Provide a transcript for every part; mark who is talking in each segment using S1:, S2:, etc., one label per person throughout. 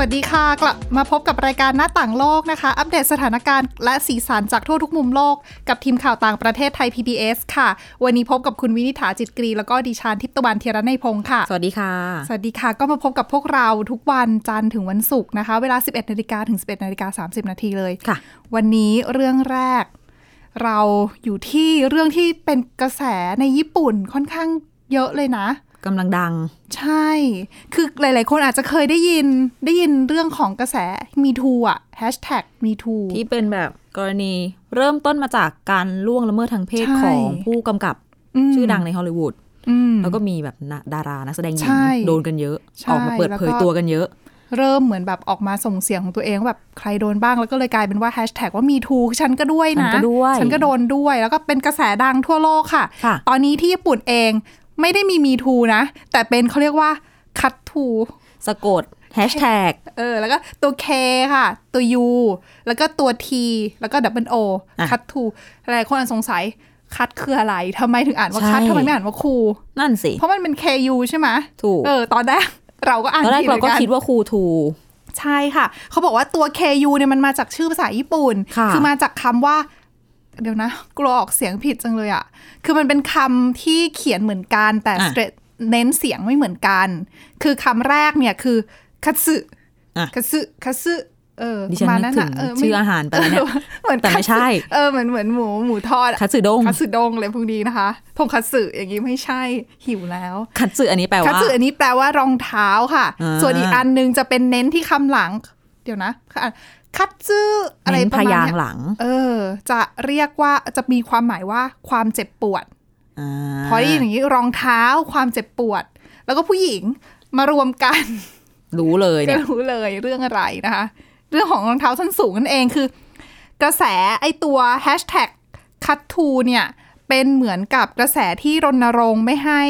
S1: สวัสดีค่ะ กลับมาพบกับรายการหน้าต่างโลกนะคะ อัปเดตสถานการณ์และสีสันจากทั่วทุกมุมโลก กับทีมข่าวต่างประเทศไทย PBS ค่ะ วันนี้พบกับคุณวินิษฐาจิตกรี แล้วก็ดิฉันทิพย์ตะวันเทียรนัยพงค์ค่ะ
S2: สวัสดีค่ะ
S1: สวัสดีค่ะ ก็มาพบกับพวกเราทุกวันจันทร์ถึงวันศุกร์นะคะ เวลา 11นาฬิกาถึง 11นาฬิกา30 นาทีเลย
S2: ค่ะ
S1: วันนี้เรื่องแรก เราอยู่ที่เรื่องที่เป็นกระแสในญี่ปุ่นค่อนข้างเยอะเลยนะ
S2: กำลังดัง
S1: ใช่ คือหลาย ๆ คนอาจจะเคยได้ยิน ได้ยินเรื่องของกระแสมีทูอะแฮชแท็กมีทู
S2: ที่เป็นแบบกรณีเริ่มต้นมาจากการล่วงละเมิดทางเพศ
S1: ใช่
S2: ของผู้กำกับชื่อดังในฮอลลีวูด
S1: อืม
S2: แล้วก็มีแบบนะดารานักแสดงหญิ
S1: ใช่
S2: งโดนกันเยอะ
S1: ใช่
S2: ออกมาเปิดเผ
S1: แล้
S2: ย
S1: วก็
S2: ตัวกันเยอะ
S1: เริ่มเหมือนแบบออกมาส่งเสียงของตัวเองว่าแบบใครโดนบ้างแล้วก็เลยกลายเป็นว่าแฮชแท็กว่ามีทูฉันก็ด้วยนะ
S2: ฉันก็ด้วย
S1: ฉันก็โดนด้วย แล้วก็เป็นกระแสดังทั่วโลกค่ะ
S2: ค่ะ
S1: ตอนนี้ที่ญี่ปุ่นเองไม่ได้มีมีทูนะ แต่เป็นเขาเรียกว่าคัตทู
S2: สะกดแฮชแท็ก
S1: เออ แล้วก็ตัวเคค่ะ ตัวยูแล้วก็ตัวทีแล้วก็ดับเบิลโอคัตทูหลายคนอาจสงสัยคัตคืออะไรทำไมถึงอ่านว่าคัตทำไมไม่อ่านว่าคู
S2: นั่นสิ
S1: เพราะมันเป็น KU ใช่ไหม
S2: ถูก
S1: เออตอนแรกเราก็อ่าน
S2: ตอนแรก
S1: ผิห
S2: เรา
S1: มื
S2: ก็
S1: นน
S2: คิดว่าครูทู
S1: ใช่ค่ะ เขาบอกว่าตัว KU เนี่ยมันมาจากชื่อภาษาญี่ปุ่น
S2: ค่ะ
S1: อมาจากคำว่า เดี๋ยวนะ กลัวออกเสียงผิดจังเลยอะ่ะ คือมันเป็นคำที่เขียนเหมือนกันแต่
S2: อ่ะ
S1: stress เน้นเสียงไม่เหมือนกัน คือคำแรกเนี่ยคือคัตสึ
S2: อ่ะ
S1: คัตสึคัตสึเออ
S2: ดิฉัน
S1: ประมาณ
S2: นึก
S1: นั้น
S2: ถึง
S1: อะเไม่
S2: ชื่ออาหารไปแล้วเนี่
S1: อ
S2: ย
S1: อเหมือน
S2: แต่ไม่ใช่
S1: คัตสึเออเหมือนเหมือนหมูหมูทอดอะ
S2: คัตสึด้ง
S1: คัตสึดงอะไรพวกนี้นะคะทงคัตสึอย่างนี้ไม่ใช่หิวแล้ว
S2: คัตสึอันนี้แปล
S1: คัต
S2: ว่า
S1: สึอันนี้แปลว่ารองเท้าค่ะ
S2: อ่า
S1: ส่วนอีกอันหนึงจะเป็นเน้นที่คำหลัง เดี๋ยวนะค่ะคัตสึอะไร
S2: เน้น
S1: ประ
S2: พ
S1: มาณ
S2: ยาง
S1: เนี้ย
S2: ค์หลัง
S1: เออ จะเรียกว่าจะมีความหมายว่าความเจ็บปวด
S2: า
S1: พอได้ยินอย่างนี้รองเท้าความเจ็บปวด แล้วก็ผู้หญิงมารวมกัน
S2: รู้เลย
S1: ก็
S2: เนี่ย
S1: รู้เลยเรื่องอะไรนะคะ เรื่องของรองเท้าส้นสูงนั่นเองคือ กระแสไอตัวแฮชแท็กคัตทูเนี่ย เป็นเหมือนกับกระแสที่รณรงค์ไม่ให้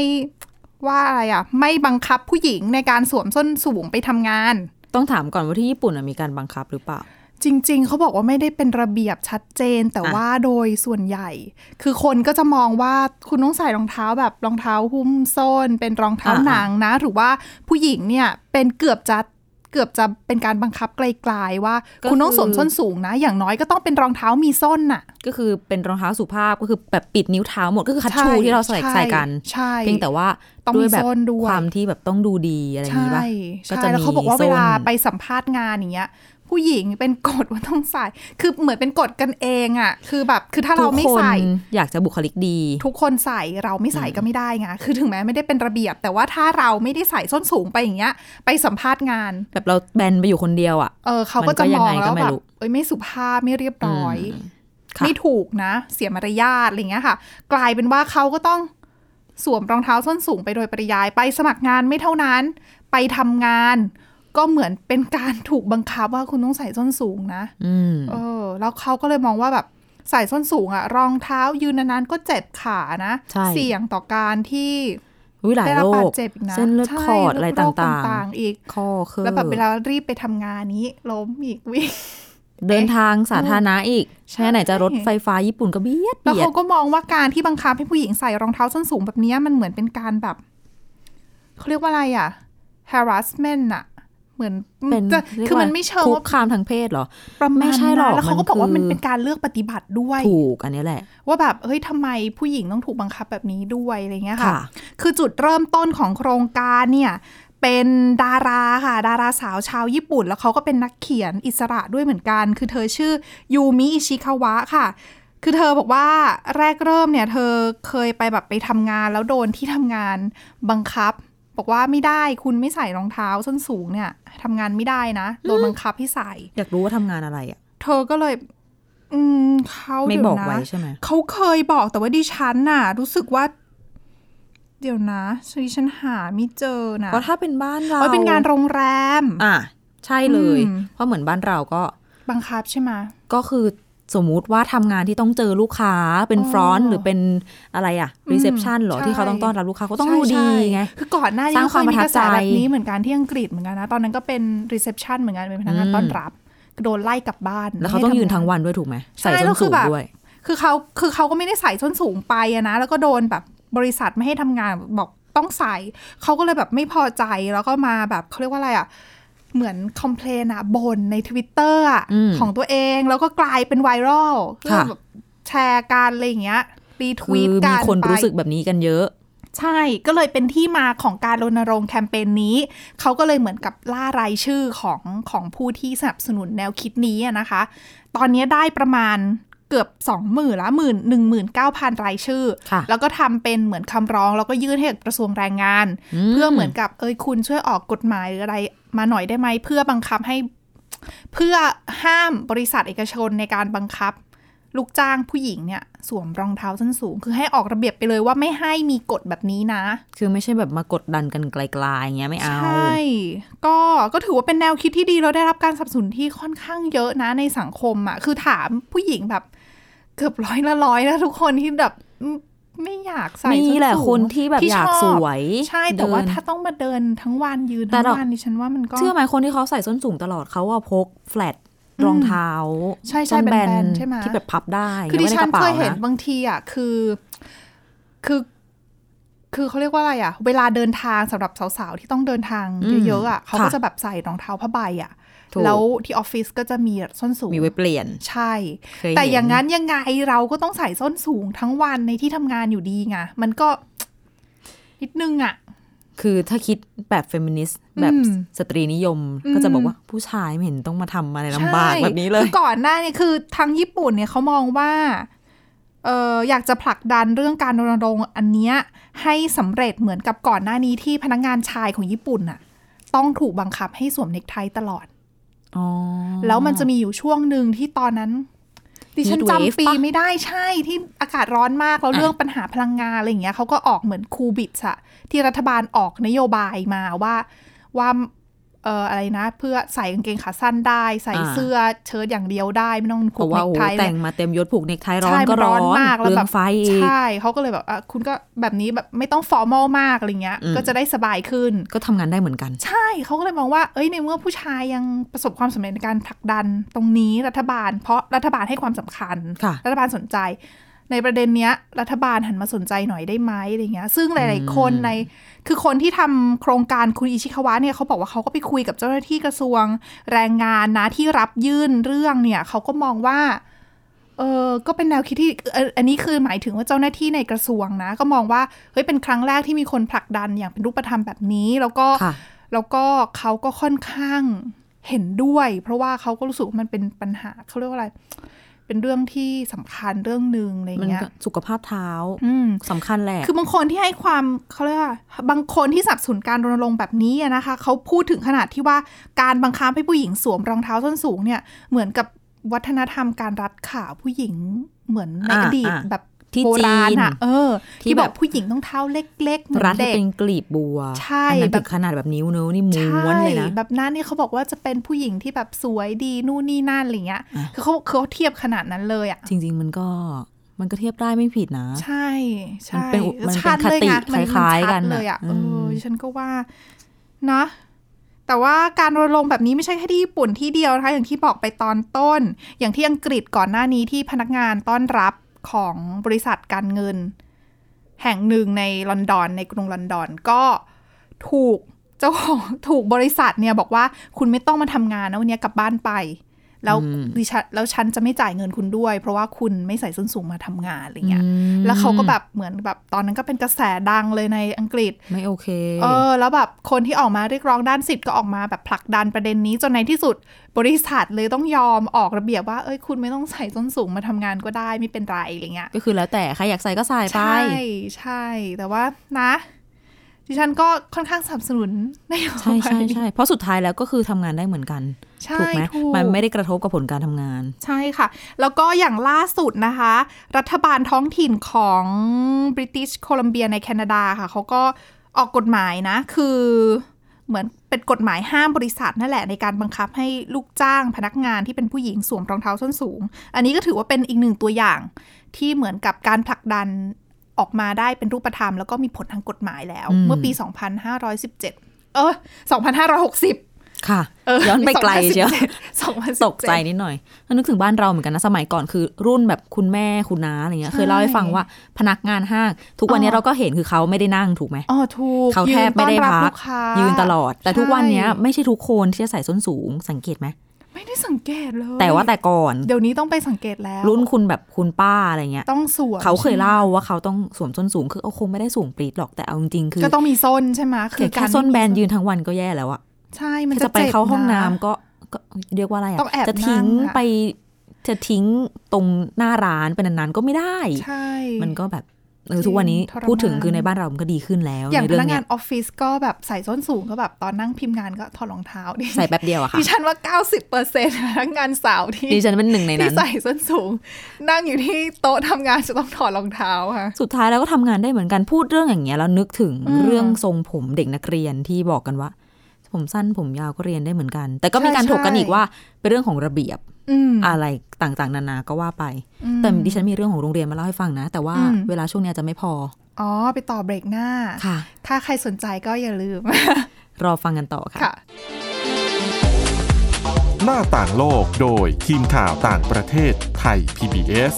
S1: ว่าอะไรอ่ะ ไม่บังคับผู้หญิงในการสวมส้นสูงไปทำงาน
S2: ต้องถามก่อนว่าที่ญี่ปุ่นน่ะมีการบังคับหรือเปล่า
S1: จริง ๆ เขาบอกว่าไม่ได้เป็นระเบียบชัดเจน แต่
S2: อ่ะ
S1: ว่าโดยส่วนใหญ่ คือคนก็จะมองว่าคุณต้องใส่รองเท้าแบบรองเท้าหุ้มส้น เป็นรองเท้าหนังนะ หรือว่าผู้หญิงเนี่ยเป็นเกือบจะเกือบจะเป็นการบังคับไกลๆว่า คุณต้องสวมส้นสูงนะ อย่างน้อยก็ต้องเป็นรองเท้ามีส้นน่ะ
S2: ก็คือเป็นรองเท้าสุภาพก็คือแบบปิดนิ้วเท้าหมดก็คือคัตชู
S1: ใช่
S2: ที่เราใส่ใส่กัน
S1: ใช่
S2: เพียงแต่ว่า
S1: ต้องมี
S2: ด้วยแบบ
S1: ส้นด้วย
S2: ความที่แบบต้องดูดีอะไรอย่างนี้ป่ะ
S1: ใช่
S2: ก็
S1: ใช่
S2: จะ
S1: แล้ว
S2: มี
S1: เขาบอกว่าเว
S2: ส้น
S1: ลาไปสัมภาษณ์งานอย่างเงี้ย ผู้หญิงเป็นกฎว่าต้องใส่ คือเหมือนเป็นกฎกันเองอ่ะคือแบบคือถ้าเราไม่ใส่
S2: ทุกคนอยากจะบุคลิกดี
S1: ทุกคนใส่เราไม่ใส่ก็ไม่ได้ไง คือถึงแม้ไม่ได้เป็นระเบียบ แต่ว่าถ้าเราไม่ได้ใส่ส้นสูงไปอย่างเงี้ย ไปสัมภาษณ์งาน
S2: แบบเราแบนไปอยู่คนเดียวอ่ะ
S1: เออเขาก็
S2: มันก็
S1: จะมอง
S2: ยังไงก็
S1: แล้ว
S2: ไม่
S1: แบ
S2: รู้
S1: บเอ้ยไม่สุภาพไม่เรียบร้อย
S2: อืมค่ะ
S1: ไม่ถูกนะ เสียมารยาทอะไรเงี้ยค่ะ กลายเป็นว่าเขาก็ต้องสวมรองเท้าส้นสูงไปโดยปริยายไปสมัครงานไม่เท่านั้น ไปทำงาน ก็เหมือนเป็นการถูกบังคับว่าคุณต้องใส่ส้นสูงนะ
S2: อืม
S1: เออแล้วเขาก็เลยมองว่าแบบใส่ส้นสูงอะรองเท้ายืนนานๆก็เจ็บขานะ
S2: ใช่
S1: เสี่ยงต่อการที่
S2: วิหลาย
S1: ได้รั
S2: โร
S1: บ
S2: ค
S1: บาดเจ็บอีกนะ
S2: เส้นเลือด
S1: ใช่
S2: ขอดอะไร
S1: โค
S2: ต่าง
S1: ต่างๆอีก
S2: ๆ ข้อเครื่อ
S1: แล้วแบบเวลารีบไปทำงานนี้ล้มอีกวิ่ง
S2: เดินทางสาธารณะอีก
S1: ใช่
S2: แค่ไหนจะรถไฟฟ้าญี่ปุ่นก็เบียด
S1: แล้ว
S2: เบียด
S1: เขาก็มองว่าการที่บังคับให้ผู้หญิงใส่รองเท้าส้นสูงแบบเนี้ยมันเหมือนเป็นการแบบเขาเรียกว่าอะไรอะ harassment อะเหมือน
S2: เป็น
S1: จะ
S2: เรียก
S1: คือมัน
S2: ว่า
S1: ไม่เชิง
S2: คุ
S1: ว่าก
S2: คามทางเพศเหรอ
S1: ประมาณ
S2: ไม่ใช่หรอก
S1: นั้นแล้วเขาก็
S2: มัน
S1: บอกว่า
S2: คือ
S1: มันเป็นการเลือกปฏิบัติด้วย
S2: ถูกอันนี้แหละ
S1: ว่าแบบเฮ้ยทำไมผู้หญิงต้องถูกบังคับแบบนี้ด้วยอะไรเงี้ยค่ะ
S2: ค่ะ
S1: คือจุดเริ่มต้นของโครงการเนี่ย เป็นดาราค่ะ ดาราสาวชาวญี่ปุ่น แล้วเขาก็เป็นนักเขียนอิสระด้วยเหมือนกัน คือเธอชื่อยูมิอิชิคาวะค่ะ คือเธอบอกว่าแรกเริ่มเนี่ย เธอเคยไปแบบไปทำงานแล้วโดนที่ทำงานบังคับ บอกว่าไม่ได้คุณไม่ใส่รองเท้าส้นสูงเนี่ยทำงานไม่ได้นะ โดนบังคับให้ใส่
S2: อยากรู้ว่าทำงานอะไรอ่ะ
S1: เธอก็เลย อืมเขา
S2: ไม่
S1: เดี๋ย
S2: บอก
S1: นะ
S2: ไว้ใช่ไหม
S1: เขาเคยบอกแต่ว่าดิฉันน่ะ รู้สึกว่า เดี๋ยวนะดิฉันหาไม่เจอนะ
S2: เพราะถ้าเป็นบ้านเรา
S1: เอ้ยเป็นงานโรงแรม
S2: อ่ะใช่เลย
S1: อืม
S2: เพราะเหมือนบ้านเราก็
S1: บังคับใช่ไหม
S2: ก็คือ สมมุติว่าทำงานที่ต้องเจอลูกค้าเป็น
S1: อ๋อ
S2: ฟรอนต์หรือเป็นอะไรอะรีเซพชันหรอ
S1: ใช่
S2: ที่เขาต้องต้อนรับลูกค้าเขาต้องดูดีไง
S1: ใช่คือก่อนหน้านี้
S2: สร้าง
S1: ก็
S2: ความ
S1: เคยมี
S2: ประทั
S1: ก
S2: บ
S1: ระแส
S2: ใจ
S1: แบบนี้เหมือนกันที่อังกฤษเหมือนกันนะ ตอนนั้นก็เป็นรีเซพชันเหมือนกันเป็นพนักงาน
S2: อืม
S1: ต้อนรับโดนไล่กลับบ้าน
S2: แล้วเขาต้อง
S1: ไม่ให้
S2: ยืน
S1: ทำ
S2: ทั้งวันด้วยถูกไหม
S1: ใช่
S2: ใส่
S1: แล้
S2: ส้น
S1: วคื
S2: สู
S1: อง แบบ
S2: ด้วย
S1: คือเขาคือเขาก็ไม่ได้ใส่ส้นสูงไปอะนะ แล้วก็โดนแบบบริษัทไม่ให้ทำงานบอกต้องใส่ เขาก็เลยแบบไม่พอใจแล้วก็มาแบบเขาเรียกว่าอะไรอะเหมือนคอมเพลนอะบนใน Twitter อะ
S2: อืม
S1: ของตัวเองแล้วก็กลายเป็นไวรัล
S2: ค่ะ
S1: ก็แบบแชร์การอะไรอย่างเงี้ยรีท
S2: คื
S1: วี
S2: อ
S1: ต
S2: มี
S1: กัน
S2: คน
S1: ไป
S2: รู้สึกแบบนี้กันเยอะ
S1: ใช่ ก็เลยเป็นที่มาของการรณรงค์แคมเปญนี้ เขาก็เลยเหมือนกับล่ารายชื่อของของผู้ที่สนับสนุนแนวคิดนี้อะนะคะ ตอนนี้ได้ประมาณเกือบ 2 0,000ละหมื่นหนึ่งหมื่นเก้าพันรายชื่อ
S2: ค่ะ
S1: แล้วก็ทำเป็นเหมือนคำร้อง แล้วก็ยื่นให้กับกระทรวงแรงงาน เพื่อเหมือนกับเอ้ยคุณช่วยออกกฎหมายหรืออะไรมาหน่อยได้ไหม เพื่อบังคับให้ เพื่อห้ามบริษัทเอกชนในการบังคับ ลูกจ้างผู้หญิงเนี่ย สวมรองเท้าส้นสูง คือให้ออกระเบียบไปเลยว่าไม่ให้มีกฎแบบนี้นะ
S2: คือไม่ใช่แบบมากดดันกันไกลๆอย่างเงี้ยไม่เอา
S1: ใช่ ก็ก็ถือว่าเป็นแนวคิดที่ดีแล้วได้รับการสนับสนุนที่ค่อนข้างเยอะนะในสังคมอะ่ะ คือถามผู้หญิงแบบ เกือบร้อยละร้อยนะทุกคนที่แบบอืมไม่อยากใส่ส้นสู
S2: มี
S1: ง
S2: แหละคนที่แบบอยาก
S1: ช
S2: สวย
S1: ใช่แต่ว่า
S2: เดิน
S1: ถ้าต้องมาเดินทั้งวันยืน
S2: แต่
S1: ทั้ง
S2: เรา
S1: วันดิฉันว่ามันก็
S2: เชื่อไหมคนที่เขาใส่ส้นสูงตลอดเขาว่าพกแฟลต
S1: อืม
S2: รองเท้า
S1: ใช่ใช่
S2: ส้นแบน
S1: แบนๆใช่ไหม
S2: ที่แบบพับได้
S1: คือดิฉัน
S2: ไว้
S1: เค
S2: ใกระป๋าย
S1: เห็น
S2: นะ
S1: บางทีอ่ะคือ คือ คือเขาเรียกว่าอะไรอ่ะ เวลาเดินทางสำหรับสาวๆ ที่ต้องเดินทาง
S2: อืม
S1: เยอะๆอ่ะเขาก็
S2: ค่ะ
S1: จะแบบใส่รองเท้าผ้าใบอ่ะ
S2: ถูก
S1: แล้วที่ออฟฟิศก็จะมีส้นสูง
S2: มีไว้เปลี่ยน
S1: ใช่
S2: เคยเห็
S1: แต่อย่างนั้นยังไงเราก็ต้องใส่ส้นสูงทั้งวันในที่ทำงานอยู่ดีไงมันก็ นิดนึงอ่ะ
S2: คือถ้าคิดแบบเฟมินิสต์แบบ
S1: อืม
S2: สตรีนิยม
S1: อืม
S2: ก็จะบอกว่าผู้ชายไม่เห็นต้องมาทำอะไรลำบาก
S1: ใช่
S2: แบบนี้เลย
S1: คือก่อนหน้าเนี่ยคือทางญี่ปุ่นเนี่ยเขามองว่าเอออยากจะผลักดันเรื่องการรณรงค์อันเนี้ยให้สำเร็จเหมือนกับก่อนหน้านี้ที่พนักงานชายของญี่ปุ่นน่ะต้องถูกบังคับให้สวมเนคไทตลอด
S2: อ๋อ
S1: แล้วมันจะมีอยู่ช่วงหนึ่งที่ตอนนั้น ดิฉัน
S2: Heat wave
S1: จำปี
S2: ปะ
S1: ไม่ได้ใช่ที่อากาศร้อนมาก แล้ว
S2: อ่ะ
S1: เรื่องปัญหาพลังงานอะไรอย่างเงี้ยเขาก็ออกเหมือนคูบิตอะที่รัฐบาลออกนโยบายมาว่าว่าเอ่ออะไรนะ เพื่อใส่กางเกงขาสั้นได้ ใส่เสื้อเชิ้ตอย่างเดียวได้ ไม่ต้อง
S2: เพ
S1: ผูก
S2: ราะ
S1: เน
S2: ว่า
S1: ค
S2: โอ้โห
S1: ไท
S2: แต่งมาเต็มยศผูกเนคไทร้อนก็ร้อน
S1: มากแล้ว
S2: เปลื
S1: แบ
S2: อบ งไฟอีก
S1: ใช่เขาก็เลยแบบอ่ะคุณก็แบบนี้แบบไม่ต้องฟอร์มอลมากอะไรเงี้ย
S2: อืม
S1: ก็จะได้สบายขึ้น
S2: ก็ทำงานได้เหมือนกัน
S1: ใช่เขาก็เลยมองว่า เอ้ย ในเมื่อผู้ชายยังประสบความสำเร็จในการผลักดันตรงนี้รัฐบาล เพราะรัฐบาลให้ความสำคัญ
S2: ค่ะ
S1: รัฐบาลสนใจ ในประเด็นเนี้ย รัฐบาลหันมาสนใจหน่อยได้ไหมอะไรเงี้ย ซึ่งหลาย ๆ คนใน คือคนที่ทำโครงการคุณอิชิคาวะเนี่ยเขาบอกว่าเขาก็ไปคุยกับเจ้าหน้าที่กระทรวงแรงงานนะที่รับยื่นเรื่องเนี่ยเขาก็มองว่า เออก็เป็นแนวคิดที่เอ่ออันนี้คือหมายถึงว่าเจ้าหน้าที่ในกระทรวงนะ ก็มองว่า เฮ้ย เป็นครั้งแรกที่มีคนผลักดันอย่างเป็นรูปธรรมแบบนี้ แล้วก็
S2: ค่ะ
S1: แล้วก็เขาก็ค่อนข้างเห็นด้วย เพราะว่าเขาก็รู้สึกว่ามันเป็นปัญหาเขาเรียกว่าอะไร เป็นเรื่องที่สำคัญเรื่องหนึ่งอะไร
S2: มัน
S1: เงี้ย
S2: ก็สุขภาพเท้า
S1: อืม
S2: สำคัญแหละ
S1: คือบางคนที่ให้ความเขาเรียกว่าบางคนที่สนับสนุนการรณรงค์แบบนี้อะนะคะเขาพูดถึงขนาดที่ว่าการบังคับให้ผู้หญิงสวมรองเท้าส้นสูงเนี่ยเหมือนกับวัฒนธรรมการรัดขาผู้หญิงเหมือนใน
S2: อ่า
S1: อดีต
S2: อ่า
S1: แบบ
S2: ที่
S1: โบราณอะ
S2: จีน
S1: เออ
S2: ที่
S1: ที่
S2: แบบบ
S1: อกผู้หญิงต้องเท้าเล็กๆเหมือน
S2: รัดให้
S1: เด็ก
S2: เป็นกลีบบัว
S1: ใช่
S2: อันั้น
S1: แบบ
S2: ถึงขนาดแบบนิ้วเนอะนี่ม้
S1: ใช่
S2: วนเลยนะ
S1: แบบนั้นเนี่ยเขาบอกว่าจะเป็นผู้หญิงที่แบบสวยดีนู่นนี่นั่นอะไรเงี้ย
S2: อ่ะ
S1: คือเขาเขาเทียบขนาดนั้นเลยอะ
S2: จริง ๆ มันก็มันก็เทียบได้ไม่ผิดนะ
S1: ใช่ใช่
S2: มันเป็นอุมันเป็น
S1: ชัดเลยนะ
S2: คติ
S1: มัน
S2: คล้ายๆกัน
S1: มัชัดเล
S2: น่ะ
S1: ยอะ
S2: อื
S1: เอ
S2: ม
S1: อดิฉันก็ว่านะ แต่ว่าการรณรงค์แบบนี้ไม่ใช่แค่ที่ญี่ปุ่นที่เดียวนะคะอย่างที่บอกไปตอนต้น อย่างที่อังกฤษก่อนหน้านี้ที่พนักงานต้อนรับของบริษัทการเงิน แห่งหนึ่งในลอนดอน ในกรุงลอนดอนก็ถูกเจ้าของ ถูกบริษัทเนี่ยบอกว่าคุณไม่ต้องมาทำงานนะวันนี้กลับบ้านไป แล้ว
S2: อืม
S1: ดิฉันแล้วฉันจะไม่จ่ายเงินคุณด้วย เพราะว่าคุณไม่ใส่ส้นสูงมาทำงานอะไรเงี้ย
S2: อืม
S1: แล้วเขาก็แบบเหมือนแบบตอนนั้นก็เป็นกระแสดังเลยในอังกฤษ
S2: ไม่โอเค
S1: เออแล้วแบบคนที่ออกมาเรียกร้องด้านสิทธิ์ก็ออกมาแบบผลักดันประเด็นนี้จนในที่สุดบริษัทเลยต้องยอมออกระเบียบว่าเอ้ยคุณไม่ต้องใส่ส้นสูงมาทำงานก็ได้ไม่เป็นไรอะไรเงี้ย
S2: ก็คือแล้วแต่ใครอยากใส่ก็ใส่ไป
S1: ใช่ใช่แต่ว่านะ ดิฉันก็ค่อนข้างสนับสนุนนโยบาย
S2: ใช่ใช่ใช่เพราะสุดท้ายแล้วก็คือทำงานได้เหมือนกัน
S1: ใช่
S2: ถูกไหม
S1: ถูก
S2: มันไม่ได้กระทบกับผลการทำงาน
S1: ใช่ค่ะ แล้วก็อย่างล่าสุดนะคะ รัฐบาลท้องถิ่นของบริติชโคลัมเบียในแคนาดาค่ะ เขาก็ออกกฎหมายนะ คือ เหมือนเป็นกฎหมายห้ามบริษัทนั่นแหละในการบังคับให้ลูกจ้างพนักงานที่เป็นผู้หญิงสวมรองเท้าส้นสูง อันนี้ก็ถือว่าเป็นอีกหนึ่งตัวอย่าง ที่เหมือนกับการผลักดันออกมาได้เป็นรูปธรรม แล้วก็มีผลทางกฎหมายแล้ว
S2: อืม
S1: เมื่อปี 2517 เออ 2560
S2: ค่ะ
S1: เออ
S2: ย้อนไปไกลเชียว
S1: 2017
S2: ตกใจนิดหน่อยนึกถึงบ้านเราเหมือนกันนะ สมัยก่อนคือรุ่นแบบคุณแม่คุณน้าอะไรเงี้ย
S1: ใช่
S2: เคยเล่าให้ฟังว่าพนักงานห้าง ทุกวัน
S1: อ๋
S2: นี้
S1: อ
S2: เราก็เห็นคือเขาไม่ได้นั่งถูกไหม
S1: อ๋อถูก
S2: เขาแทบไม่ได้
S1: ยืนต้อนรับ
S2: พั
S1: ลู
S2: ก
S1: ค้า
S2: ยืนตลอด แต่ทุกวันเนี้ย
S1: ใช่
S2: ไม่ใช่ทุกคนที่จะใส่ส้นสูงสังเกตไหม
S1: ไม่ได้สังเกตเลย
S2: แต่ว่าแต่ก่อน
S1: เดี๋ยวนี้ต้องไปสังเกตแล้ว
S2: รุ่นคุณแบบคุณป้าอะไรเงี้ย
S1: ต้องสวม
S2: เขาเคยเล่าว่าเขาต้องสวมส้นสูง คือเอาคงไม่ได้สูงปรีดหรอกแต่เอาจริงๆคือ
S1: ก็ต้องมีส้นใช่ไหม
S2: แค่
S1: กา
S2: แค่
S1: ร
S2: ส้นแบนยืนทั้งวันก็แย่แล้วอะ
S1: ใช่มัน
S2: ถ้าจะไป
S1: จ็บ
S2: เข้าห้องน้ำ
S1: ะ
S2: ก็ก็เรียกว่าอะไรอ่ะ
S1: ต้องแอบ
S2: จะทิ้ง
S1: นั่งอะ
S2: ไปจะทิ้งตรงหน้าร้านเป็นนานๆก็ไม่ได้
S1: ใช่
S2: มันก็แบบ
S1: จ
S2: เออ
S1: ริง
S2: ทุกวันนี้
S1: ทรมาน
S2: พูดถึงคือในบ้านเรามันก็ดีขึ้นแล้ว
S1: อย่างพ
S2: ในเรื่
S1: นัก
S2: เนี้
S1: งาย นออฟฟิศก็แบบใส่ส้นสูงก็แบบตอนนั่งพิมพ์งานก็ถอดรองเท้าดิ
S2: ใส่แป๊บเดียวอะค่ะ
S1: ดิฉันว่า 90%พนักงานสาวที่
S2: ดิฉันเป็นหนึ่งใน
S1: ที่
S2: นั้น
S1: ใส่ส้นสูง นั่งอยู่ที่โต๊ะทำงานจะต้องถอดรองเท้าค่ะ
S2: สุดท้ายแล้วก็ทำงานได้เหมือนกันพูดเรื่องอย่างเงี้ยแล้วนึกถึง
S1: อืม
S2: เรื่องทรงผมเด็กนักเรียนที่บอกกันว่า ผมสั้นผมยาวก็เรียนได้เหมือนกัน แต่ก็มีการ
S1: ใช่
S2: ถกกัน
S1: ใช่
S2: อีกว่าเป็นเรื่องของระเบียบ
S1: อืม
S2: อะไรต่างๆ นานาก็ว่าไป
S1: อืม
S2: แต่ดิฉันมีเรื่องของโรงเรียนมาเล่าให้ฟังนะ แต่ว่า
S1: อืม
S2: เวลาช่วงเนี้ยจะไม่พอ
S1: อ๋อ ไปต่อเบรกหน้า
S2: ค่ะ
S1: ถ้าใครสนใจก็อย่าลื ม
S2: รอฟังกันต่อค่ะ
S1: ค่ะ
S3: หน้าต่างโลกโดยทีมข่าวต่างประเทศไทย PBS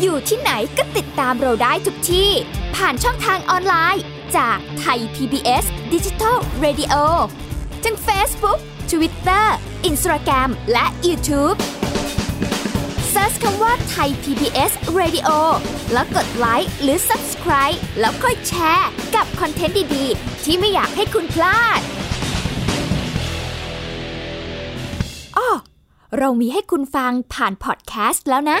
S4: อยู่ที่ไหนก็ติดตามเราได้ทุกที่ ผ่านช่องทางออนไลน์ จากไทย PBS Digital Radio ทั้ง Facebook Twitter Instagram และ YouTube Search คำว่าไทย PBS Radio แล้วกดไลค์หรือ Subscribe แล้วค่อยแชร์ กับคอนเทนต์ดี ๆ ที่ไม่อยากให้คุณพลาดอ้อเรามีให้คุณฟังผ่านพอดแคสต์แล้วนะ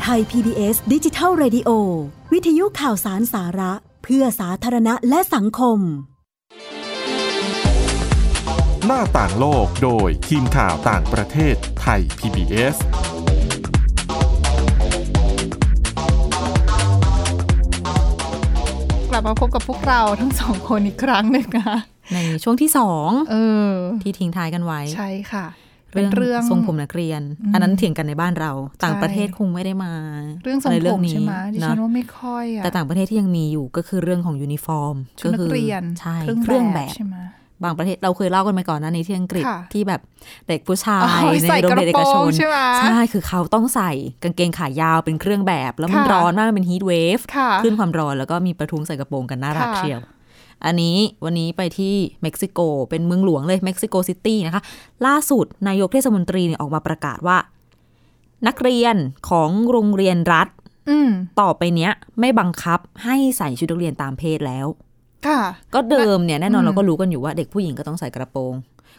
S5: ไทย PBS ดิจิทัล Radio วิทยุข่าวสารสาระ เพื่อสาธารณะและสังคม
S3: หน้าต่างโลกโดยทีมข่าวต่างประเทศไทย PBS
S1: กลับมาพบกับพวกเราทั้งสองคนอีกครั้งหนึ่งนะคะ
S2: ในช่วงที่สอง
S1: เออ
S2: ที่ทิ้งท้ายกันไว้
S1: ใช่ค่ะ เป็นเรื่อง
S2: ทรงผมนักเรียน
S1: อืม
S2: อันนั้นเถียงกันในบ้านเรา ต่าง
S1: ใช่
S2: ประเทศคงไม่ได้มา
S1: เรื่องทรง
S2: ะไ
S1: ผมใช่ไหมดิฉัน
S2: เนอะ
S1: ว่าไม่ค่อยอะ
S2: แต่ต่างประเทศที่ยังมีอยู่ก็คือเรื่องของยูนิฟอร์ม
S1: ชุดนั
S2: คื
S1: กเรียน
S2: ใช่
S1: เครื่องแบบใช่ไหม
S2: บางประเทศเราเคยเล่ากันไปก่อนหน้านี้ที่อังกฤษ
S1: ค่ะ
S2: ที่แบบเด็กผู้ชา
S1: อ๋
S2: ย
S1: อ
S2: ใน
S1: ใส่
S2: โรงเรียนเอ
S1: ก
S2: กช
S1: ระโปรง
S2: น
S1: ใช่ไหม
S2: ใช่คือเขาต้องใส่กางเกงขายาวเป็นเครื่องแบบ แล้วมัน
S1: ค่ะ
S2: ร้อนมากมันเป็นฮีทเวฟ
S1: ค่ะ
S2: ขึ้นความร้อนแล้วก็มีประท้วงใส่กระโปรงกันน่ารัก
S1: ค่ะ
S2: เชียว อันนี้วันนี้ไปที่เม็กซิโก เป็นเมืองหลวงเลยเม็กซิโกซิตี้นะคะ ล่าสุดนายกเทศมนตรีเนี่ยออกมาประกาศว่า นักเรียนของโรงเรียนรัฐ
S1: ืม
S2: ต่อไปเนี้ย ไม่บังคับให้ใส่ชุดนักเรียนตามเพศแล้ว
S1: ค่ะ
S2: ก็เดิมเนี่ยแน่นอ
S1: อื
S2: น
S1: ม
S2: เราก็รู้กันอยู่ว่าเด็กผู้หญิงก็ต้องใส่กระโปรง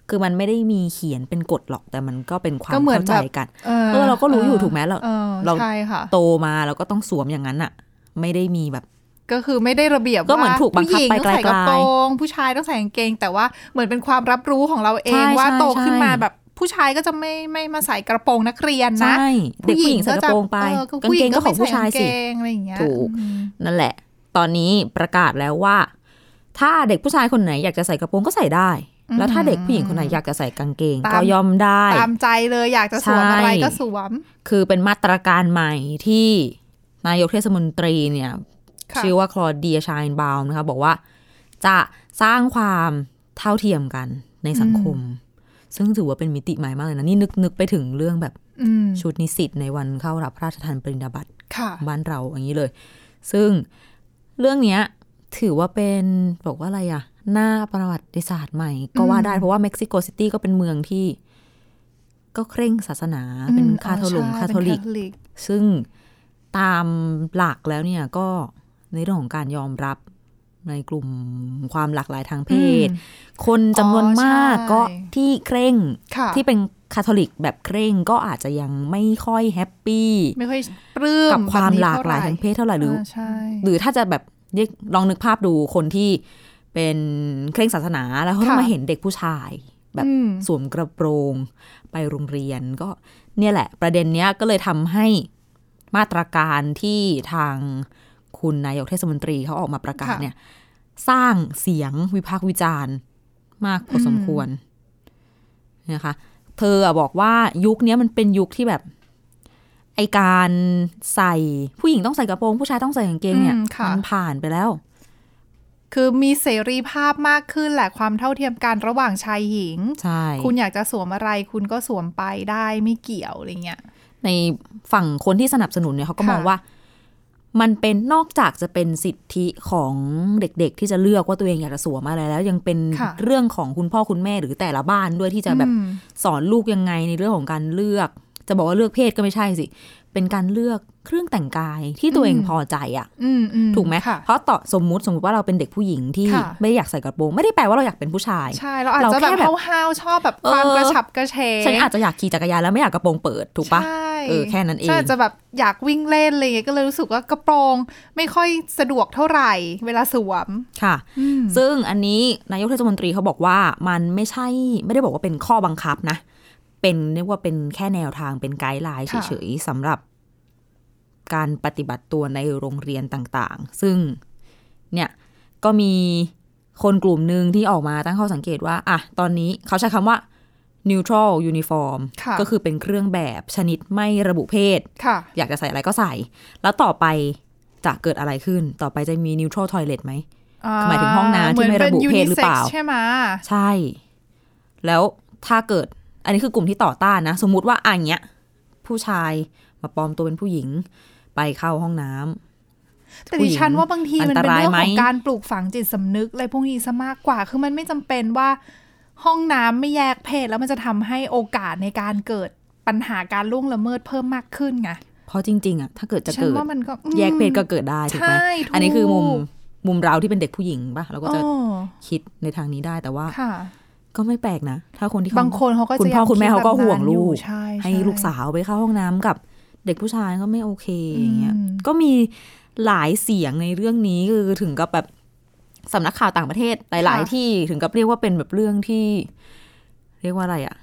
S2: คือมันไม่ได้มีเขียนเป็นกฎหรอกแต่มันก็เป็นความ
S1: ก็เหมือน
S2: เข้าใจ
S1: แบบ
S2: กัน เออเราก็รู้อยู่ถูกไหมเรา
S1: ออ
S2: เรา
S1: ใช่ค่ะ
S2: โตมาเราก็ต้องสวมอย่างนั้นอะไม่ได้มีแบบ
S1: ก็คือไม่ได้ระเบียบ
S2: ก็เหมือน
S1: ว่า
S2: ถูกบังคับ
S1: ผู้หญิ
S2: ไป
S1: ต้องใส่กระ
S2: ไกลๆ
S1: โปรง ผู้ชายต้องใส่กางเกง แต่ว่าเหมือนเป็นความรับรู้ของเราเอ
S2: ใช่
S1: งว่า
S2: ใช่
S1: โตขึ้น
S2: ใช่
S1: มาแบบผู้ชายก็จะไม่ไม่มาใส่กระโปรงนักเรียนนะ
S2: ใช่เด็กผู้หญิงใส่กระโปรงไป
S1: เออก
S2: าง
S1: ผู้ห
S2: เก
S1: ญิ
S2: งก็ของ
S1: ไม่
S2: ผู้
S1: ใส่
S2: ชาย
S1: ก
S2: สิ
S1: งเกงอะไรอย่างเงี้ย
S2: ถูก
S1: อืม
S2: นั่นแหละ ตอนนี้ประกาศแล้วว่า ถ้าเด็กผู้ชายคนไหนอยากจะใส่กระโปรงก็ใส่ได้ แล้วถ้าเด็กผู้หญิงคนไหนอยากจะใส่กางเกง ก็ยอมได้
S1: ตามใจเลยอยากจะสวมอะไร
S2: ใช่
S1: ก็สวม
S2: คือเป็นมาตรการใหม่ที่นายกเทศมนตรีเนี่ย
S1: ค่ะ
S2: ชื่อว่าคลอเดียชายนบาวนะคะ บอกว่าจะสร้างความเท่าเทียมกันในสังคม ซึ่งถือว่าเป็นมิติใหม่มากเลยนะ นี่นึกนึกไปถึงเรื่องแบบ
S1: อืม
S2: ชุดนิสิตในวันเข้ารับพระราชทานปริญญาบัตร
S1: ค่ะ
S2: บ้านเราอย่างนี้เลย ซึ่งเรื่องเนี้ยถือว่าเป็นบอกว่าอะไรอะหน้าประวัติศาสตร์ใหม่ ก็ว่าได้เพราะว่าเม็กซิโกซิตี้ก็เป็นเมืองที่ ก็เคร่งศาสนาเป็น
S1: อืม
S2: คาทอลิก
S1: อ๋อใช่
S2: คาทอลิก
S1: เป็นคาทอลิก
S2: ซึ่งตามหลักแล้วเนี่ยก็ในเรื่องของการยอมรับในกลุ่มความหลากหลายทางเพศ
S1: อืม
S2: คนจำนวน
S1: อ๋อใช่
S2: มากก็ที่เคร่ง
S1: ค่ะ
S2: ที่เป็นคาทอลิกแบบเคร่งก็อาจจะยังไม่ค่อยแฮปปี้
S1: ไม่ค่อยปลื้ม
S2: กับความ
S1: แบบนี้
S2: หลากหลาย
S1: ท่
S2: ทาง
S1: ไ
S2: เพศเท่าไหร่หรืออา
S1: ใช่
S2: หรือถ้าจะแบบเรียกลองนึกภาพดูคนที่เป็นเคร่งศาสนาแล้วเขาต้อง
S1: ค่ะ
S2: มาเห็นเด็กผู้ชาย แบบ
S1: อืม
S2: สวมกระโปรงไปโรงเรียนก็เนี่ยแหละ ประเด็นเนี้ยก็เลยทำให้มาตรการที่ทางคุณนายกเทศมนตรีเขาออกมาประกาศเนี่ย สร้างเสียงวิพากษ์วิจารณ์มากพอสมควรนะคะ เธออะบอกว่ายุคเนี้ยมันเป็นยุคที่แบบ ไอการใส่ผู้หญิงต้องใส่กระโปรง ผู้ชายต้องใส่กางเกงเนี่ย
S1: อืมค่ะ
S2: มันผ่านไปแล้ว
S1: คือมีเสรีภาพมากขึ้นแหละความเท่าเทียมกันระหว่างชายหญิง
S2: ใช่
S1: คุณอยากจะสวมอะไรคุณก็สวมไปได้ไม่เกี่ยวอะไรเงี้ย
S2: ในฝั่งคนที่สนับสนุนเนี่ยเขาก็
S1: ค่ะ
S2: มองว่า มันเป็นนอกจากจะเป็นสิทธิของเด็กๆ ที่จะเลือกว่าตัวเองอยากจะสวมอะไรแล้ว ยังเป็นเรื่องของคุณพ่อคุณแม่หรือแต่ละบ้านด้วยที่จะแบบ
S1: อืม
S2: สอนลูกยังไงในเรื่องของการเลือก จะบอกว่าเลือกเพศก็ไม่ใช่สิ เป็นการเลือกเครื่องแต่งกายที่ตัวเอง
S1: อืม
S2: พอใจอะ
S1: อืมอื
S2: ถูกไหม
S1: ค่ะ
S2: เพราะต่อสมมุติสมมุติว่าเราเป็นเด็กผู้หญิงที่
S1: ค่ะ
S2: ไม่ได้อยากใส่กระโปรง ไม่ได้แปลว่าเราอยากเป็นผู้ชาย
S1: ใช่เราอาจจะ
S2: เรา
S1: แบ
S2: แค่
S1: บ
S2: แบบ
S1: ห้าวๆชอบแบบความ
S2: เออ
S1: กระฉับกระเฉง
S2: ฉันอาจจะอยากขี่จักรยานแล้วไม่อยากกระโปรงเปิดถูกปะ
S1: ใช่
S2: เออแค่นั้นเอ
S1: ฉั
S2: ง
S1: อาจจะแบบอยากวิ่งเล่นอะไรเงี้ยก็เลยรู้สึกว่ากระโปรงไม่ค่อยสะดวกเท่าไหร่ เวลาสวม
S2: ค่ะ
S1: อืม
S2: ซึ่งอันนี้นายกเทศมนตรีเขาบอกว่ามันไม่ใช่ไม่ได้บอกว่าเป็นข้อบังคับนะ เป็นเรียกว่าเป็นแค่แนวทางเป็นไกด์ไลน์
S1: ค่ะ
S2: เฉยๆสำหรับการปฏิบัติตัวในโรงเรียนต่างๆ ซึ่งเนี่ยก็มีคนกลุ่มหนึ่งที่ออกมาตั้งข้อสังเกตว่าอ่ะตอนนี้เขาใช้คำว่า neutral uniform
S1: ค่ะ
S2: ก็คือเป็นเครื่องแบบชนิดไม่ระบุเพศ
S1: ค่ะ
S2: อยากจะใส่อะไรก็ใส่ แล้วต่อไปจะเกิดอะไรขึ้น ต่อไปจะมี neutral toilet ไหม
S1: อ่
S2: หมายถึงห้องน้ำที่ไม่ระบุ
S1: หอนน
S2: เพศหรือเปล่า
S1: unisex ใช่ไหม
S2: ใช่ แล้วถ้าเกิด อันนี้คือกลุ่มที่ต่อต้านนะ สมมุติว่าอันเนี้ย ผู้ชายมาปลอมตัวเป็นผู้หญิง ไปเข้าห้องน้ำ
S1: แต่ดิฉันว่าบางทีมันเป็นเรื่อง
S2: อันตรายไหม
S1: ของการปลูกฝังจิตสำนึกอะไรพวกนี้ซะมากกว่า คือมันไม่จำเป็นว่า ห้องน้ำไม่แยกเพศแล้วมันจะทำให้โอกาสในการเกิดปัญหาการล่วงละเมิดเพิ่มมากขึ้นไง
S2: เพราะจริง ๆอะถ้าเกิดจะ
S1: ฉัน
S2: เกิด
S1: ว่ามันก็อืม
S2: แยกเพศก็เกิดได้ถูกไหม
S1: ใช่ถูก
S2: อันนี้คือมุมมุมเราที่เป็นเด็กผู้หญิงปะเราก็จะ
S1: อ๋อ
S2: คิดในทางนี้ได้แต่ว่า
S1: ค่ะ
S2: ก็ไม่แปลกนะ ถ้าคนที่เข
S1: บางคนเขาก็จะ
S2: คุณพ่อ
S1: ยัง
S2: คุณแม่
S1: คิด
S2: เขาก็
S1: แบบ
S2: ห่วง
S1: นั้นอยู่
S2: ลูก
S1: ใช่ใช่
S2: ลูกสาวไปเข้าห้องน้ำกับเด็กผู้ชายก็ไม่โอเคอย่างเงี้ย
S1: อืม
S2: ก็มีหลายเสียงในเรื่องนี้คือถึงกับแบบสำนักข่าวต่างประเทศหลาย ๆ ที่ถึงกับเรียกว่าเป็นแบบเรื่องที่ เรียกว่าอะไรอะ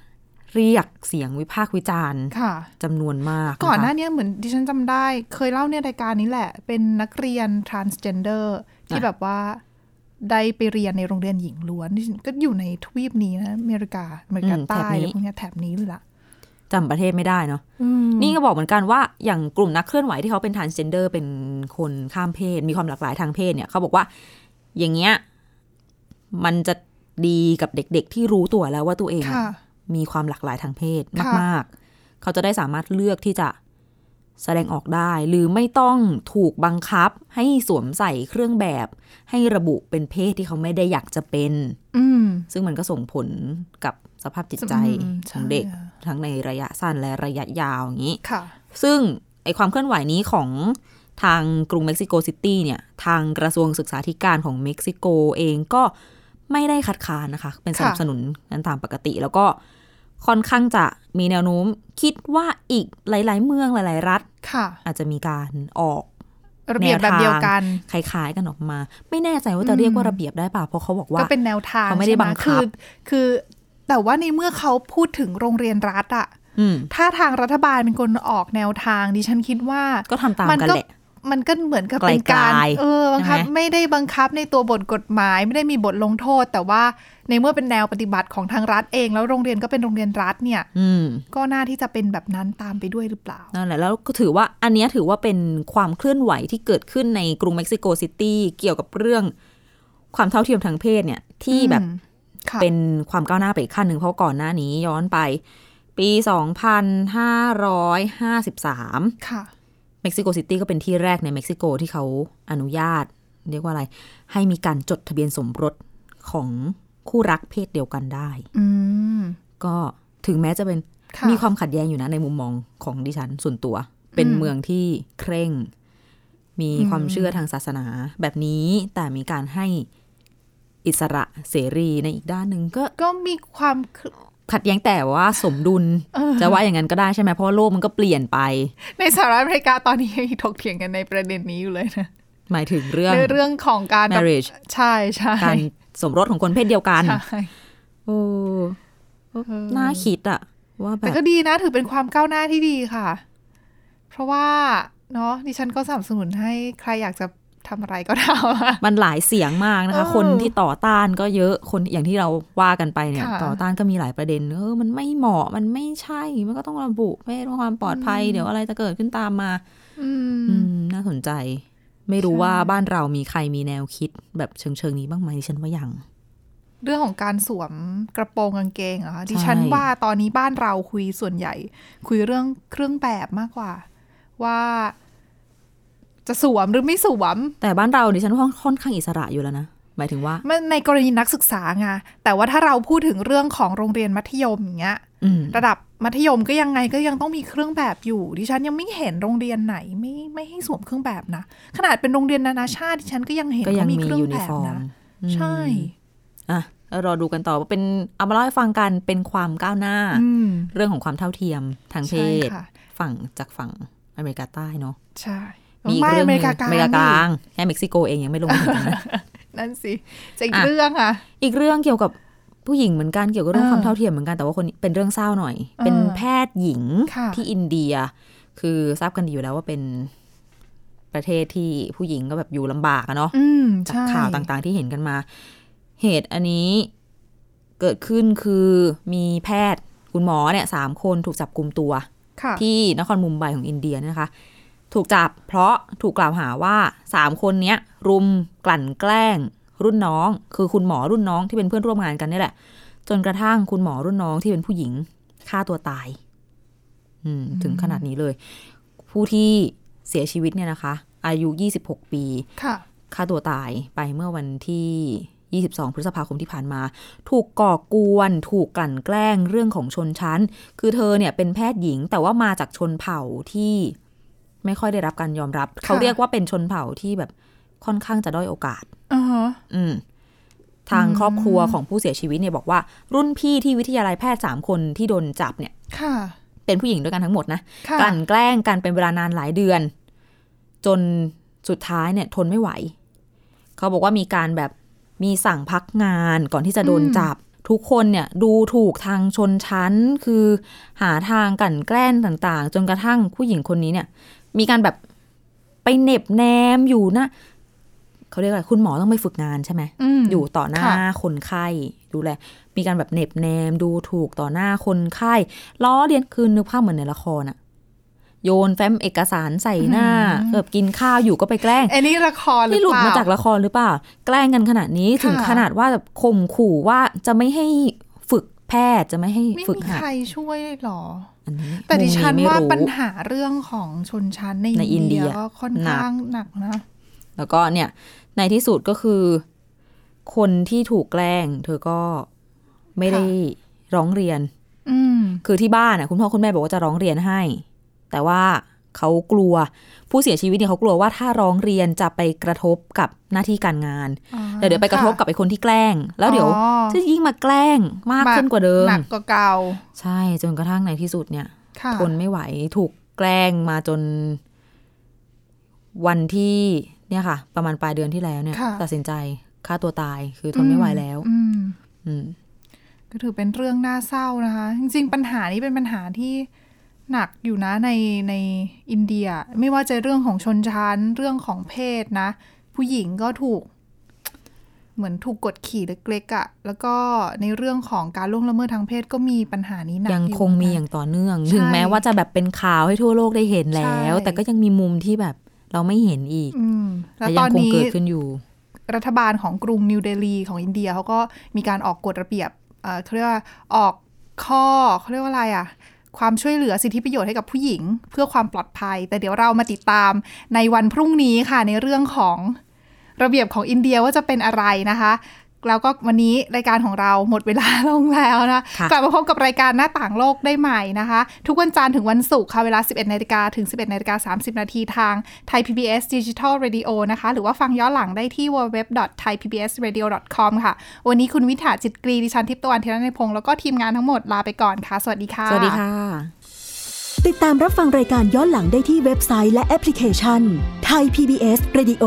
S2: เรียกเสียงวิพากษ์วิจารณ์
S1: ค่ะ
S2: จำนวนมากะคะ
S1: ก่อนหน้าเนี้ยเหมือนดิฉันจำได้ เคยเล่าในรายการนี้แหละ เป็นนักเรียน transgender ที่แบบว่าได้ไปเรียนในโรงเรียนหญิงล้วนดิฉันก็อยู่ในทวีปนี้นะอเมริกาอเมริกาใต้อะไรพวกเนี้ยแถบนี้เลยล่ะ
S2: จำประเทศไม่ได้เนาะ
S1: อืม
S2: นี่ก็บอกเหมือนกันว่าอย่างกลุ่มนักเคลื่อนไหวที่เขาเป็น transgender เป็นคนข้ามเพศ มีความหลากหลายทางเพศเนี่ยเขาบอกว่าอย่างเงี้ยมันจะดีกับเด็กๆ ที่รู้ตัวแล้วว่าตัวเองอะ
S1: ค่ะ
S2: มีความหลากหลายทางเพศ
S1: ค่ะ
S2: มากๆ เขาจะได้สามารถเลือกที่จะแสดงออกได้ หรือไม่ต้องถูกบังคับให้สวมใส่เครื่องแบบ ให้ระบุเป็นเพศที่เขาไม่ได้อยากจะเป็น
S1: อืม
S2: ซึ่งมันก็ส่งผลกับสภาพจิตใจ
S1: อืม
S2: ของเด็ก
S1: ใช่
S2: ทั้งในระยะสั้นและระยะยาวอย่างนี้
S1: ค่ะ
S2: ซึ่งไอความเคลื่อนไหวนี้ของทางกรุงเม็กซิโกซิตี้เนี่ย ทางกระทรวงศึกษาธิการของเม็กซิโกเองก็ไม่ได้คัดค้านนะคะ เป็นส
S1: ค่ะ
S2: นับสนุนกันตามปกติ แล้วก็ค่อนข้างจะมีแนวโน้มคิดว่าอีกหลาย ๆ เมืองหลาย ๆ รัฐ
S1: ค่ะ
S2: อาจจะมีการออก
S1: ระเบียบแบบเดียวกัน
S2: คล้าย ๆ กันออกมา ไม่แน่ใจว่าจะเรียกว่าระเบียบได้ป่ะเพราะเขาบอกว่า
S1: ก็เป็นแนวทาง
S2: เขาไม่ได้
S1: ใช่ห
S2: บังคั
S1: คือ
S2: บ
S1: คือแต่ว่าในเมื่อเขาพูดถึงโรงเรียนรัฐอะ
S2: อืม
S1: ถ้าทางรัฐบาลเป็นคนออกแนวทางดิฉันคิดว่า
S2: ก็ทำตามกันแหละ
S1: มันก็เหมือนกับเป็นการ
S2: ไกลๆ
S1: เออบังคับ
S2: ใช่ไหม
S1: ไม่ได้บังคับในตัวบทกฎหมาย ไม่ได้มีบทลงโทษ แต่ว่าในเมื่อเป็นแนวปฏิบัติของทางรัฐเอง แล้วโรงเรียนก็เป็นโรงเรียนรัฐเนี่ย
S2: อืม
S1: ก็น่าที่จะเป็นแบบนั้นตามไปด้วยหรือเปล่า
S2: นั่นแหละแล้วก็ถือว่าอันเนี้ยถือว่าเป็นความเคลื่อนไหวที่เกิดขึ้นในกรุงเม็กซิโกซิตี้เกี่ยวกับเรื่องความเท่าเทียมทางเพศเนี่ยที่แบบ
S1: อืมค่ะ
S2: เป็นความก้าวหน้าไปอีกขั้นหนึ่งเพราะก่อนหน้านี้ย้อนไป ปี 2553
S1: ค่ะ
S2: เม็กซิโกซิตี้ก็เป็นที่แรกในเม็กซิโกที่เขาอนุญาต เรียกว่าอะไร ให้มีการจดทะเบียนสมรสของคู่รักเพศเดียวกันได้
S1: อืม
S2: ก็ถึงแม้จะเป็น
S1: ค่ะ
S2: มีความขัดแย้งอยู่นะในมุมมองของดิฉันส่วนตัว เป็นเมืองที่เคร่ง มีความเชื่อทางศาสนาแบบนี้แต่มีการให้อิสระเสรีในอีกด้านหนึ่งก็
S1: ก็มีความ คือ
S2: ขัดแย้งแต่ว่าสมดุล
S1: เออ
S2: จะว่าอย่างนั้นก็ได้ใช่ไหมเพราะว่าโลกมันก็เปลี่ยนไป
S1: ในสหรัฐอเมริกาตอนนี้ยังถกเถียงกันในประเด็นนี้อยู่เลยนะ
S2: หมายถึงเรื่อง
S1: ในเรื่องของการแบบ
S2: marriage
S1: ใช่ใช่
S2: การสมรสของคนเพศเดียวกัน
S1: ใช่
S2: โอ้น่าคิดอะว่าแบ
S1: แต่
S2: บ
S1: ก็ดีนะถือเป็นความก้าวหน้าที่ดีค่ะ เพราะว่าเนาะดิฉันก็สนับสนุนให้ใครอยากจะทำอะไรก็ทำอะ
S2: มันหลายเสียงมากนะคะ
S1: เออ
S2: คนที่ต่อต้านก็เยอะคนอย่างที่เราว่ากันไปเนี่ย
S1: ค่ะ
S2: ต่อต้านก็มีหลายประเด็นเออมันไม่เหมาะมันไม่ใช่มันก็ต้องระบุเพศเพื่อความปลอดภัย เดี๋ยวอะไรจะเกิดขึ้นตามมา
S1: อืม
S2: อืมน่าสนใจ ไม่รู้
S1: ใช่
S2: ว่าบ้านเรามีใครมีแนวคิดแบบเชิงเชิงๆนี้บ้างไหมดิฉันว่ายัง
S1: เรื่องของการสวมกระโปรงกางเกงเหรอคะ
S2: ใช่
S1: ดิฉันว่าตอนนี้บ้านเราคุยส่วนใหญ่ คุยเรื่องเครื่องแบบมากกว่า ว่า จะสวมหรือไม่สวม
S2: แต่บ้านเราดิฉันว่าค่อนข้างอิสระอยู่แล้วนะหมายถึงว่า
S1: มันในกรณีนักศึกษาไงแต่ว่าถ้าเราพูดถึงเรื่องของโรงเรียนมัธยมอย่างเงี้ย
S2: อืม
S1: ระดับมัธยมก็ยังไงก็ยังต้องมีเครื่องแบบอยู่ ดิฉันยังไม่เห็นโรงเรียนไหนไม่ไม่ให้สวมเครื่องแบบนะขนาดเป็นโรงเรียนนานาชาติดิฉันก็ยังเห็น
S2: ก็ยัง
S1: เขามี
S2: มี
S1: เครื่อง
S2: ยู
S1: แบ
S2: นิ
S1: บ
S2: ฟอร์ม
S1: นะ
S2: อืม
S1: ใช่
S2: อ่ะรอดูกันต่อว่าเป็นเอามาเล่าให้ฟังกันเป็นความก้าวหน้า
S1: อืม
S2: เรื่องของความเท่าเทียมทางเพ
S1: ใช่
S2: ศ
S1: ค่ะ
S2: ฝั่งจากฝั่งอเมริกาใต้เนาะ
S1: ใช่
S2: มีอีก
S1: ไม่
S2: เรื่อง
S1: อ
S2: ห
S1: เม
S2: นึ่
S1: ริ
S2: ง
S1: กากลาง
S2: อเมริกากลาง
S1: ดิ
S2: แค่เม็กซิโกเองยังไม่ลงถึง นะ
S1: นั่นสิจะอีก
S2: อ่ะ
S1: เรื่องอ่ะ
S2: อีกเรื่องเกี่ยวกับผู้หญิงเหมือนกันเกี่ยวกับเรื่อง
S1: เออ
S2: ความเท่าเทียมเหมือนกันแต่ว่าคนนี้เป็นเรื่องเศร้าหน่อย เป็นแพทย์หญิง
S1: ค่ะ
S2: ที่อินเดีย คือทราบกันดีอยู่แล้วว่าเป็นประเทศที่ผู้หญิงก็แบบอยู่ลำบากอะเนาะ
S1: อืม
S2: จาก
S1: ใช่
S2: ข่าวต่างๆที่เห็นกันมา เหตุอันนี้เกิดขึ้นคือมีแพทย์คุณหมอเนี่ยสามคนถูกจับกลุ่มตัว
S1: ค่ะ
S2: ที่นครมุมไบของอินเดียนะคะ ถูกจับเพราะถูกกล่าวหาว่าสามคนเนี้ยรุมกลั่นแกล้ง รุ่นน้อง คือคุณหมอรุ่นน้องที่เป็นเพื่อนร่วมงานกันนี่แหละ จนกระทั่งคุณหมอรุ่นน้องที่เป็นผู้หญิงฆ่าตัวตาย อืม ถึงขนาดนี้เลย ผู้ที่เสียชีวิตเนี่ยนะคะ อายุ 26 ปี
S1: ค่ะ
S2: ฆ่าตัวตายไปเมื่อวันที่ 22 พฤษภาคมที่ผ่านมา ถูกก่อกวน ถูกกลั่นแกล้งเรื่องของชนชั้น คือเธอเนี่ยเป็นแพทย์หญิง แต่ว่ามาจากชนเผ่าที่ไม่ค่อยได้รับการยอมรับ เขาเรียกว่าเป็นชนเผ่าที่แบบค่อนข้างจะด้อยโอกาส
S1: อือฮะ
S2: อืม ทางครอบครัวของผู้เสียชีวิตเนี่ยบอกว่า รุ่นพี่ที่วิทยาลัยแพทย์สามคนที่โดนจับเนี่ย
S1: ค่ะ
S2: เป็นผู้หญิงด้วยกันทั้งหมดนะ
S1: ค่ะ
S2: กลั่นแกล้งกันเป็นเวลานานหลายเดือน จนสุดท้ายเนี่ยทนไม่ไหว เขาบอกว่ามีการแบบมีสั่งพักงานก่อนที่จะโดนจับ ทุกคนเนี่ยดูถูกทางชนชั้น คือหาทางกลั่นแกล้งต่างๆ จนกระทั่งผู้หญิงคนนี้เนี่ย มีการแบบไปเหน็บแนมอยู่นะ เขาเรียกอะไรคุณหมอต้องไปฝึกงานใช่ไหม
S1: อืม
S2: อยู่ต่อหน้า
S1: ค่ะ
S2: คนไข้ดูแล มีการแบบเหน็บแนมดูถูกต่อหน้าคนไข้ล้อเลียนคืนนึกภาพเหมือนในละครอะโยนแฟ้มเอกสารใส่หน้าแบบกินข้าวอยู่ก็ไปแกล้ง
S1: ไอ้นี่ละครหรือ
S2: นี่หลุด
S1: เปล่า
S2: มาจากละครหรือเปล่า แกล้งกันขนาดนี้ถึง
S1: ค่ะ
S2: ขนาดว่าแบบข่มขู่ว่าจะไม่ให้ฝึกแพทย์จะไม่ให้
S1: ไม่
S2: ฝึก
S1: มี
S2: หัด
S1: ใครช่วยเลยเหรอ
S2: อันนี้
S1: แต่ดิฉัน
S2: มุม
S1: ว่า
S2: ไม่รู้
S1: ปัญหาเรื่องของชนชั้นใน
S2: ในอิ
S1: อิ
S2: น
S1: น
S2: เดี
S1: เดี
S2: ย
S1: ยก็ค่อน
S2: หนัก
S1: ข้างหนักนะ
S2: แล้วก็เนี่ยในที่สุดก็คือ คนที่ถูกแกล้ง เธอก็ไม่ได้ร้องเรียน
S1: อืม
S2: คือที่บ้านน่ะคุณพ่อคุณแม่บอกว่าจะร้องเรียนให้ แต่ว่าเขากลัวผู้เสียชีวิตเนี่ยเขากลัวว่าถ้าร้องเรียนจะไปกระทบกับหน้าที่การงาน
S1: อ่า
S2: แต่เดี๋ยวไปกระทบกับไอ้คนที่แกล้ง แล้วเดี๋ยว
S1: อ๋อ
S2: จะยิ่งมาแกล้งมากขึ้นกว่าเดิม
S1: หนักกว่าเก่า
S2: ใช่จนกระทั่งในที่สุดเนี่ย
S1: ค่ะ
S2: ทนไม่ไหวถูกแกล้งมาจนวันที่เนี่ยค่ะ ประมาณปลายเดือนที่แล้วเนี่ย
S1: ค่ะ
S2: ตัดสินใจฆ่าตัวตายคือทนไม่ไหวแล้ว
S1: อืม
S2: อืม
S1: ก็ถือเป็นเรื่องน่าเศร้านะคะ จริงๆ ปัญหานี้เป็นปัญหาที่หนักอยู่นะในในอินเดีย ไม่ว่าจะเรื่องของชนชั้นเรื่องของเพศนะ ผู้หญิงก็ถูก เหมือนถูกกดขี่เล็กๆอะ่ะ แล้วก็ในเรื่องของการล่วงละเมิดทางเพศก็มีปัญหานี้หนักอ
S2: ยังคงมีอย่าง
S1: เหน
S2: ต่อเนื่อง
S1: ใช่
S2: ถึงแม้ว่าจะแบบเป็นข่าวให้ทั่วโลกได้เห็นแล้ว
S1: ใช่
S2: แต่ก็ยังมีมุมที่แบบเราไม่เห็นอีก
S1: กันอืมแล้ว
S2: และ
S1: ต
S2: ยั
S1: อน
S2: คง
S1: นี้
S2: เกิดขึ้นอยู่
S1: รัฐบาลของกรุงนิวเดลีของอินเดียเขาก็มีการออกกฎระเบียบเอ่อเขาเรียกว่าออก ข้อเขาเรียกว่าอะไรอะความช่วยเหลือสิทธิประโยชน์ให้กับผู้หญิง เพื่อความปลอดภัย แต่เดี๋ยวเรามาติดตามในวันพรุ่งนี้ค่ะในเรื่องของระเบียบของอินเดียว่าจะเป็นอะไรนะคะ แล้วก็วันนี้รายการของเราหมดเวลา ลงแล้วนะ
S2: ค่ะ
S1: กลับมาพบกับรายการหน้าต่างโลกได้ใหม่นะคะ ทุกวันจันทร์ถึงวันศุกร์ค่ะเวลา 11นาฬิกาถึง 11นาฬิกา30 นาทีทางไทย PBS Digital Radio นะคะ หรือว่าฟังย้อนหลังได้ที่ www.thaipbsradio.com ค่ะ วันนี้คุณวิถาจิตกรี ดิฉันทิพย์ตะวันเทยนในพงศ์แล้วก็ทีมงานทั้งหมดลาไปก่อนค่ะ สวัสดีค่ะ
S2: สวัสดีค่ะ
S5: ติดตามรับฟังรายการย้อนหลังได้ที่เว็บไซต์และแอปพลิเคชันไทย PBS Radio